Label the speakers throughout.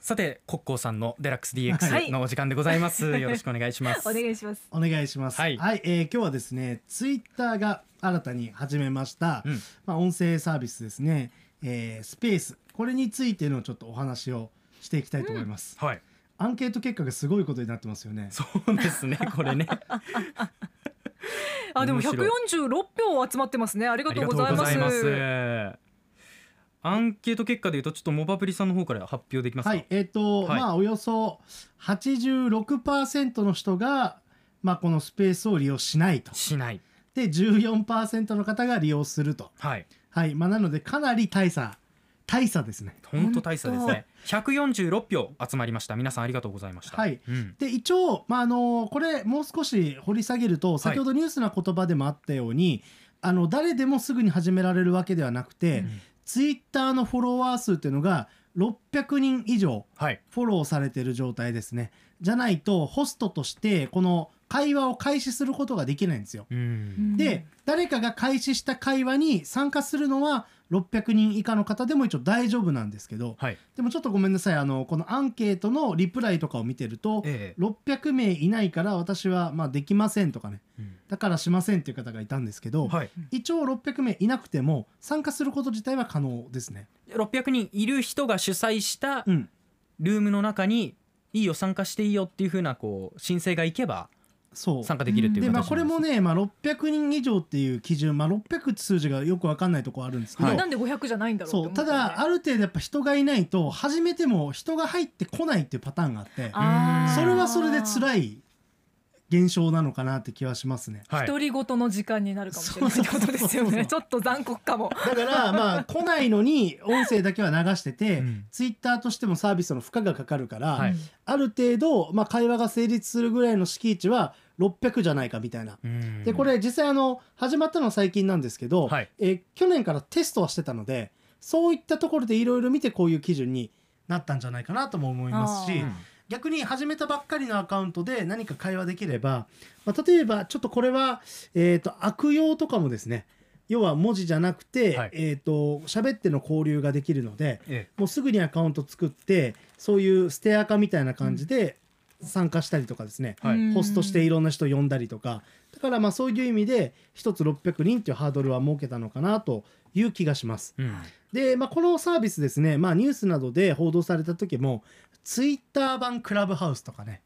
Speaker 1: さて国交さんのデラックス DX のお時間でございます、よろしくお願いします
Speaker 2: お願いします
Speaker 3: お願いします
Speaker 1: は
Speaker 3: はいい、えー今日はですねツイッターが新たに始めました、
Speaker 1: うん
Speaker 3: まあ、音声サービスですね、えースペースこれについてのちょっとお話をしていきたいと思います、
Speaker 1: はい
Speaker 3: アンケート結果がすごいことになってますよね
Speaker 1: そうですねこれね
Speaker 2: あでも
Speaker 1: 面白い
Speaker 2: 146票集まってますねあり
Speaker 1: あ
Speaker 2: が
Speaker 1: り
Speaker 2: とう
Speaker 1: がと
Speaker 2: ご
Speaker 1: う
Speaker 2: ざい
Speaker 1: ご
Speaker 2: ま
Speaker 1: ざ
Speaker 2: す
Speaker 1: いますアンケート結果でいうとちょっとモバブリさんの方から発表できますか、
Speaker 3: はいえっ、と、
Speaker 1: はい
Speaker 3: まあおよそ86%の人がまあこのスペースを利用しないと
Speaker 1: しない
Speaker 3: で14%の方が利用すると
Speaker 1: はい
Speaker 3: はいまあなのでかなり大差大差ですね
Speaker 1: 本当大差ですね146票集まりました皆さんありがとうございました
Speaker 3: はい、
Speaker 1: うん、
Speaker 3: で一応、まあ、あのこれもう少し掘り下げると先ほどニュースな言葉でもあったように、あの誰でもすぐに始められるわけではなくて、
Speaker 1: うん
Speaker 3: ツイッターのフォロワー数っていうのが600人以上
Speaker 1: はい
Speaker 3: フォローされてる状態ですねじゃないとホストとしてこの会話を開始することができないんですよ。
Speaker 1: うん
Speaker 3: で誰かが開始した会話に参加するのは600人以下の方でも一応大丈夫なんですけど
Speaker 1: はい
Speaker 3: でもちょっとごめんなさいあのこのアンケートのリプライとかを見てると、
Speaker 1: ええ
Speaker 3: 600名いないから私はまあできませんとかねだからしませんっていう方がいたんですけど、
Speaker 1: はい、
Speaker 3: 一応600名いなくても参加すること自体は可能ですね。
Speaker 1: 600人いる人が主催した
Speaker 3: うん、
Speaker 1: ルームの中にいいよ参加していいよっていうふうなこう申請がいけば
Speaker 3: そう
Speaker 1: 参加できるっていう
Speaker 3: で
Speaker 1: 形
Speaker 3: ま
Speaker 1: なん
Speaker 3: あ、
Speaker 1: す
Speaker 3: これもね、まあ、600人以上っていう基準、まあ、600って数字がよくわかんないところあるんですけど、
Speaker 1: はい
Speaker 2: なんで500じゃないんだろう
Speaker 3: そう
Speaker 2: って
Speaker 3: た
Speaker 2: 思ったよね
Speaker 3: だある程度やっぱ人がいないと始めても人が入ってこないっていうパターンがあって
Speaker 2: あー
Speaker 3: それはそれで辛い現象なのかなって気はしますね。
Speaker 1: はい
Speaker 2: 独り言の時間になるかもしれないってことですよ
Speaker 3: そうそうそうそう
Speaker 2: ねちょっと残酷かも
Speaker 3: だからまあ来ないのに音声だけは流してて、
Speaker 1: うん
Speaker 3: ツイッターとしてもサービスの負荷がかかるから、
Speaker 1: はい
Speaker 3: ある程度、まあ、会話が成立するぐらいの敷地は600じゃないかみたいな。
Speaker 1: うん
Speaker 3: でこれ実際あの始まったのは最近なんですけど、
Speaker 1: はい
Speaker 3: えー去年からテストはしてたのでそういったところでいろいろ見てこういう基準になったんじゃないかなとも思います
Speaker 2: あ
Speaker 3: し
Speaker 2: ー
Speaker 3: 逆に始めたばっかりのアカウントで何か会話できれば、まあ、例えばちょっとこれは、えー、と悪用とかもですね要は文字じゃなくて、
Speaker 1: はい
Speaker 3: えっ、と喋っての交流ができるので
Speaker 1: え
Speaker 3: もうすぐにアカウント作ってそういうステアカみたいな感じで参加したりとかですね、
Speaker 1: えはい
Speaker 2: うん
Speaker 3: ホストしていろんな人呼んだりとかだからまあそういう意味で一つ600人っていうハードルは設けたのかなという気がします。
Speaker 1: うん
Speaker 3: で、まあ、このサービスですね、まあ、ニュースなどで報道された時もツイッター版クラブハウスとかね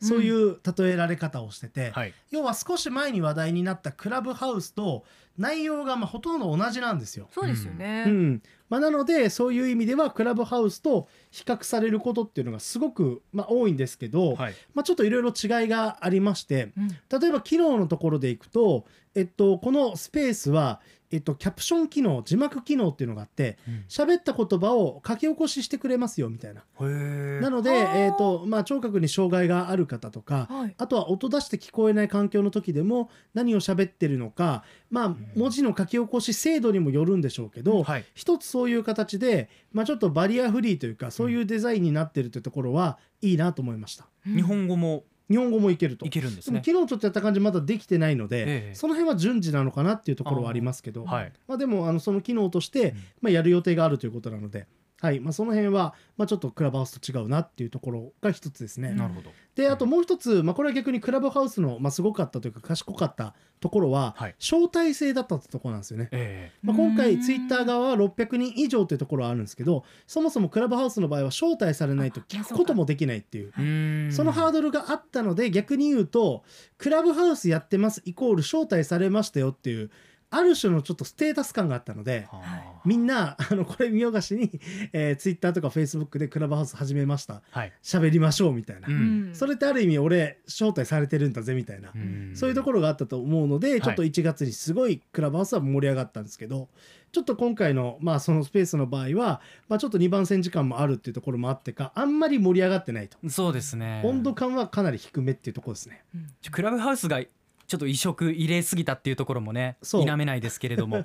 Speaker 3: そういう例えられ方をしてて、
Speaker 1: はい
Speaker 3: 要は少し前に話題になったクラブハウスと内容がまあほとんど同じなんですよ。
Speaker 2: そうですよね、
Speaker 3: うんまあ、なのでそういう意味ではクラブハウスと比較されることっていうのがすごく、まあ、多いんですけど、
Speaker 1: はい
Speaker 3: まあ、ちょっといろいろ違いがありまして
Speaker 2: うん
Speaker 3: 例えば機能のところでいくと、えっと、このスペースは、えっと、キャプション機能字幕機能っていうのがあって喋った言葉を書き起こししてくれますよみたいな。
Speaker 1: へえ
Speaker 3: なので、
Speaker 2: あー
Speaker 3: えっとまあ、聴覚に障害がある方とか
Speaker 2: はい
Speaker 3: あとは音出して聞こえない環境の時でも何を喋ってるのか、まあ、文字の書き起こし精度にもよるんでしょうけど、
Speaker 1: はい
Speaker 3: 一つそういう形で、まあ、ちょっとバリアフリーというかそういうデザインになってるというところはいいなと思いました。
Speaker 1: 日本語も
Speaker 3: 日本語もいけると
Speaker 1: いけるんです
Speaker 3: でも
Speaker 1: ね
Speaker 3: 昨日ちょっとやった感じまだできてないの
Speaker 1: え
Speaker 3: で、
Speaker 1: え
Speaker 3: その辺は順次なのかなっていうところはありますけど
Speaker 1: あーはい
Speaker 3: まあ、でもあのその機能として、
Speaker 1: うん
Speaker 3: まあ、やる予定があるということなので、はいまあ、その辺は、まあ、ちょっとクラブハウスと違うなっていうところが一つですね。
Speaker 2: うん
Speaker 1: なるほど
Speaker 3: であともう一つ、まあ、これは逆にクラブハウスの、まあ、すごかったというか賢かったところは、
Speaker 1: はい
Speaker 3: 招待制だったってところなんですよね。
Speaker 1: え
Speaker 3: まあ、今
Speaker 2: う
Speaker 3: 回
Speaker 2: ん
Speaker 3: ツイッター側は600人以上というところはあるんですけどそもそもクラブハウスの場合は招待されないと聞くこともできないっていう
Speaker 1: えうん
Speaker 3: そのハードルがあったので逆に言うとクラブハウスやってますイコール招待されましたよっていうある種のちょっとステータス感があったので
Speaker 1: はあ
Speaker 3: みんなあのこれ見よがしに、えー、Twitter とか Facebook でクラブハウス始めました
Speaker 1: はい
Speaker 3: 喋りましょうみたいな、
Speaker 1: うん
Speaker 3: それってある意味俺招待されてるんだぜみたいな、
Speaker 1: ん
Speaker 3: そういうところがあったと思うので、ちょっと1月にすごいクラブハウスは盛り上がったんですけど、ちょっと今回の、まあ、そのスペースの場合は、まあ、ちょっと2番線時間もあるっていうところもあってか、あんまり盛り上がってないと。
Speaker 1: そうですね
Speaker 3: 温度感はかなり低めっていうところですね。
Speaker 1: ちょクラブハウスがちょっと移植入れすぎたっていうところもね
Speaker 3: そう
Speaker 1: 否めないですけれ ども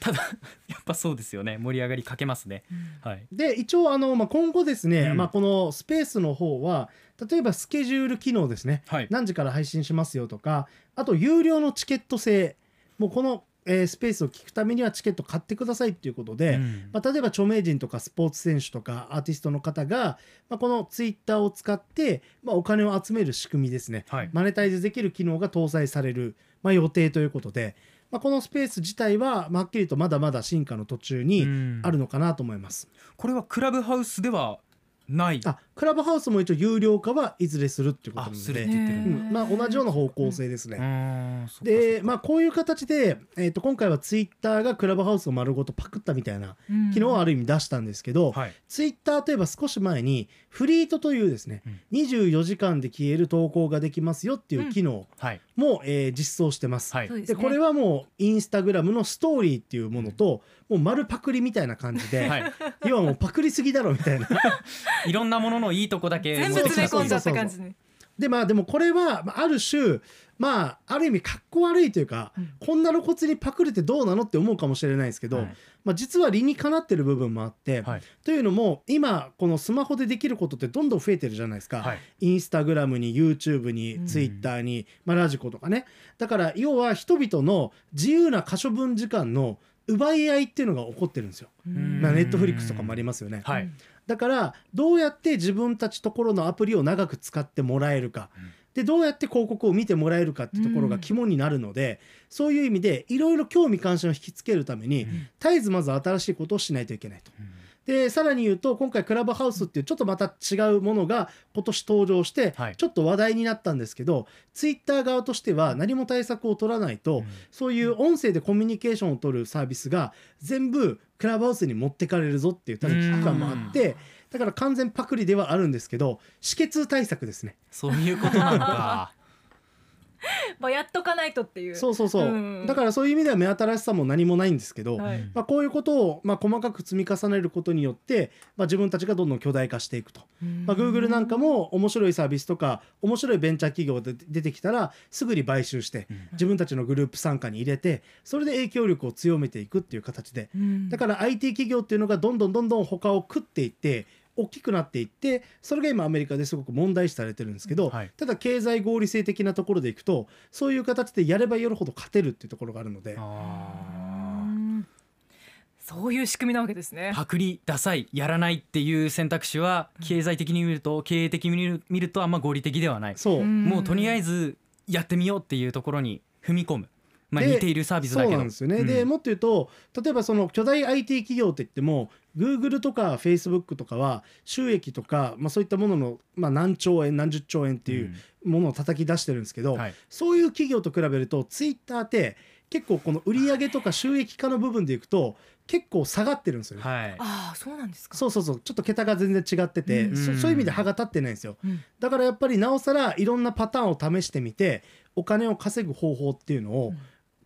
Speaker 1: ただやっぱそうですよね盛り上がりかけますねはい
Speaker 3: で、一応、あの、まあ、今後ですね、
Speaker 1: うん
Speaker 3: まあ、このスペースの方は、例えばスケジュール機能ですね、
Speaker 1: はい
Speaker 3: 何時から配信しますよとか、あと、有料のチケット制、もうこのえースペースを聞くためにはチケット買ってくださいっていうことで、
Speaker 1: うん
Speaker 3: まあ、例えば著名人とかスポーツ選手とかアーティストの方が、まあ、このツイッターを使って、まあ、お金を集める仕組みですね
Speaker 1: はい
Speaker 3: マネタイズできる機能が搭載される、まあ、予定ということで、まあ、このスペース自体は、まあはっきりとまだまだ進化の途中に
Speaker 1: うん
Speaker 3: あるのかなと思います、
Speaker 1: これはクラブハウスではない
Speaker 3: あクラブハウスも一応有料化はいずれするっていうことな
Speaker 1: あす
Speaker 3: の
Speaker 1: る
Speaker 3: で、
Speaker 1: ね出てる
Speaker 3: うんまあ、同じような方向性ですね、
Speaker 1: うんそっかそ
Speaker 3: で
Speaker 1: っ、か
Speaker 3: まあ、こういう形で、えー、と今回はツイッターがクラブハウスを丸ごとパクったみたいな
Speaker 2: うん
Speaker 3: 機能をある意味出したんですけど、
Speaker 1: はい
Speaker 3: ツイッターといえば少し前にフリートというですね、24時間で消える投稿ができますよっていう機能
Speaker 1: はい
Speaker 3: も、えー実装してます。
Speaker 1: はい
Speaker 2: そうです
Speaker 3: で
Speaker 2: ね
Speaker 3: これはもうインスタグラムのストーリーっていうものと、もう丸パクリみたいな感じで、、
Speaker 1: はい い
Speaker 3: 要はもうパクリすぎだろみたいな
Speaker 1: いろんなもののいいとこだけ
Speaker 2: 全部詰め込んじゃった感じね
Speaker 3: でまあでもこれはまあある種まあある意味かっこ悪いというか、
Speaker 2: うん
Speaker 3: こんな露骨にパクるってどうなのって思うかもしれないですけど、
Speaker 1: はい
Speaker 3: まあ、実は理にかなってる部分もあって、
Speaker 1: はい
Speaker 3: というのも今このスマホでできることってどんどん増えてるじゃないですか、
Speaker 1: はい
Speaker 3: インスタグラムに YouTube
Speaker 2: う
Speaker 3: に
Speaker 2: ん
Speaker 3: Twitter に、まあ、ラジコとかねだから要は人々の自由な可処分時間の奪い合いっていうのが起こってるんですよ、
Speaker 1: うん
Speaker 3: まあ、ネットフリックスとかもありますよね、
Speaker 1: はい
Speaker 3: だからどうやって自分たちところのアプリを長く使ってもらえるか、
Speaker 1: うん
Speaker 3: でどうやって広告を見てもらえるかってところが肝になるので、そういう意味でいろいろ興味関心を引きつけるために、
Speaker 1: うん
Speaker 3: 絶えずまず新しいことをしないといけないと。でさらに言うと今回クラブハウスっていうちょっとまた違うものが今年登場して
Speaker 1: はい
Speaker 3: ちょっと話題になったんですけど、ツイッター側としては何も対策を取らないと、
Speaker 1: うん
Speaker 3: そういう音声でコミュニケーションを取るサービスが全部クラブハウスに持ってかれるぞっていう多分危機感もあってだから完全パクリではあるんですけど止血対策ですね。
Speaker 1: そういうことなのか
Speaker 2: まあやっとかないとっていう
Speaker 3: そうそうそう、
Speaker 2: うん
Speaker 3: だからそういう意味では目新しさも何もないんですけど、
Speaker 2: はい
Speaker 1: うん
Speaker 3: まあ、こういうことをまあ細かく積み重ねることによって、まあ、自分たちがどんどん巨大化していくと。まあ、Google なんかも面白いサービスとか面白いベンチャー企業で出てきたらすぐに買収して
Speaker 1: うん
Speaker 3: 自分たちのグループ傘下に入れてそれで影響力を強めていくっていう形で
Speaker 2: うん
Speaker 3: だから IT 企業っていうのがどんどんどんどん他を食っていって大きくなっていってそれが今アメリカですごく問題視されてるんですけど、
Speaker 1: はい
Speaker 3: ただ経済合理性的なところでいくとそういう形でやればやるほど勝てるっていうところがあるので
Speaker 1: あ
Speaker 2: うんそういう仕組みなわけですね
Speaker 1: ーパクリダサいやらないっていう選択肢は経済的に見ると経営的に見る見るとあんま合理的ではない
Speaker 3: そう、
Speaker 1: もうとりあえ
Speaker 2: ず
Speaker 1: ずやってみようっていうところに踏み込む、まあ、
Speaker 3: で
Speaker 1: 似ているサービスだけ
Speaker 3: そう
Speaker 1: ど
Speaker 3: なんですよね、で
Speaker 1: うん
Speaker 3: もっと言うと例えばその巨大 IT 企業って言っても Google とか Facebook とかは収益とか、まあ、そういったものの、まあ、何兆円何十兆円っていうものを叩き出してるんですけど、
Speaker 1: うんはい
Speaker 3: そういう企業と比べると Twitter って結構この売上とか収益化の部分でいくと結構下がってるんですよね。
Speaker 1: はい
Speaker 2: ああそうなんですか
Speaker 3: そうそうそうちょっと桁が全然違ってて、
Speaker 2: うん
Speaker 3: そそういう意味で歯が立ってないんですよ
Speaker 2: うん
Speaker 3: だからやっぱりなおさらいろんなパターンを試してみてお金を稼ぐ方法っていうのを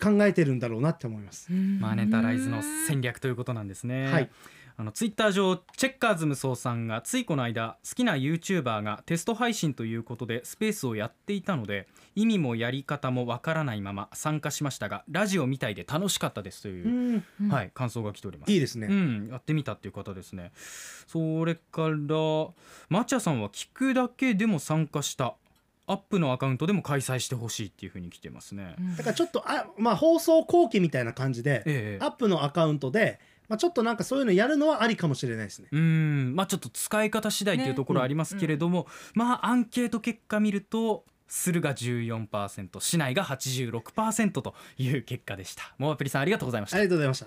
Speaker 3: 考えてるんだろうなって思います。
Speaker 1: マネタライズの戦略ということなんですね。
Speaker 3: はい
Speaker 1: あのツイッター上チェッカーズムソウさんがついこの間好きな YouTuber がテスト配信ということでスペースをやっていたので意味もやり方もわからないまま参加しましたがラジオみたいで楽しかったですという、
Speaker 3: うん
Speaker 2: うん
Speaker 1: はい、感想が来ております。
Speaker 3: いいですね、
Speaker 1: うん、やってみたっていう方ですねそれからマチャさんは聞くだけでも参加したアップのアカウントでも開催してほしいっていうふうに来てますね、
Speaker 2: うん
Speaker 3: だからちょっとあ、まあ、放送後期みたいな感じで
Speaker 1: ええ
Speaker 3: アップのアカウントで、まあ、ちょっとなんかそういうのやるのはありかもしれないですね。
Speaker 1: うんまあちょっと使い方次第っていうところはありますけれども、まあアンケート結果見るとするが14%市内が86%という結果でしたモアプリさんありがとうございまし
Speaker 3: あ
Speaker 1: た
Speaker 3: りがとうございました。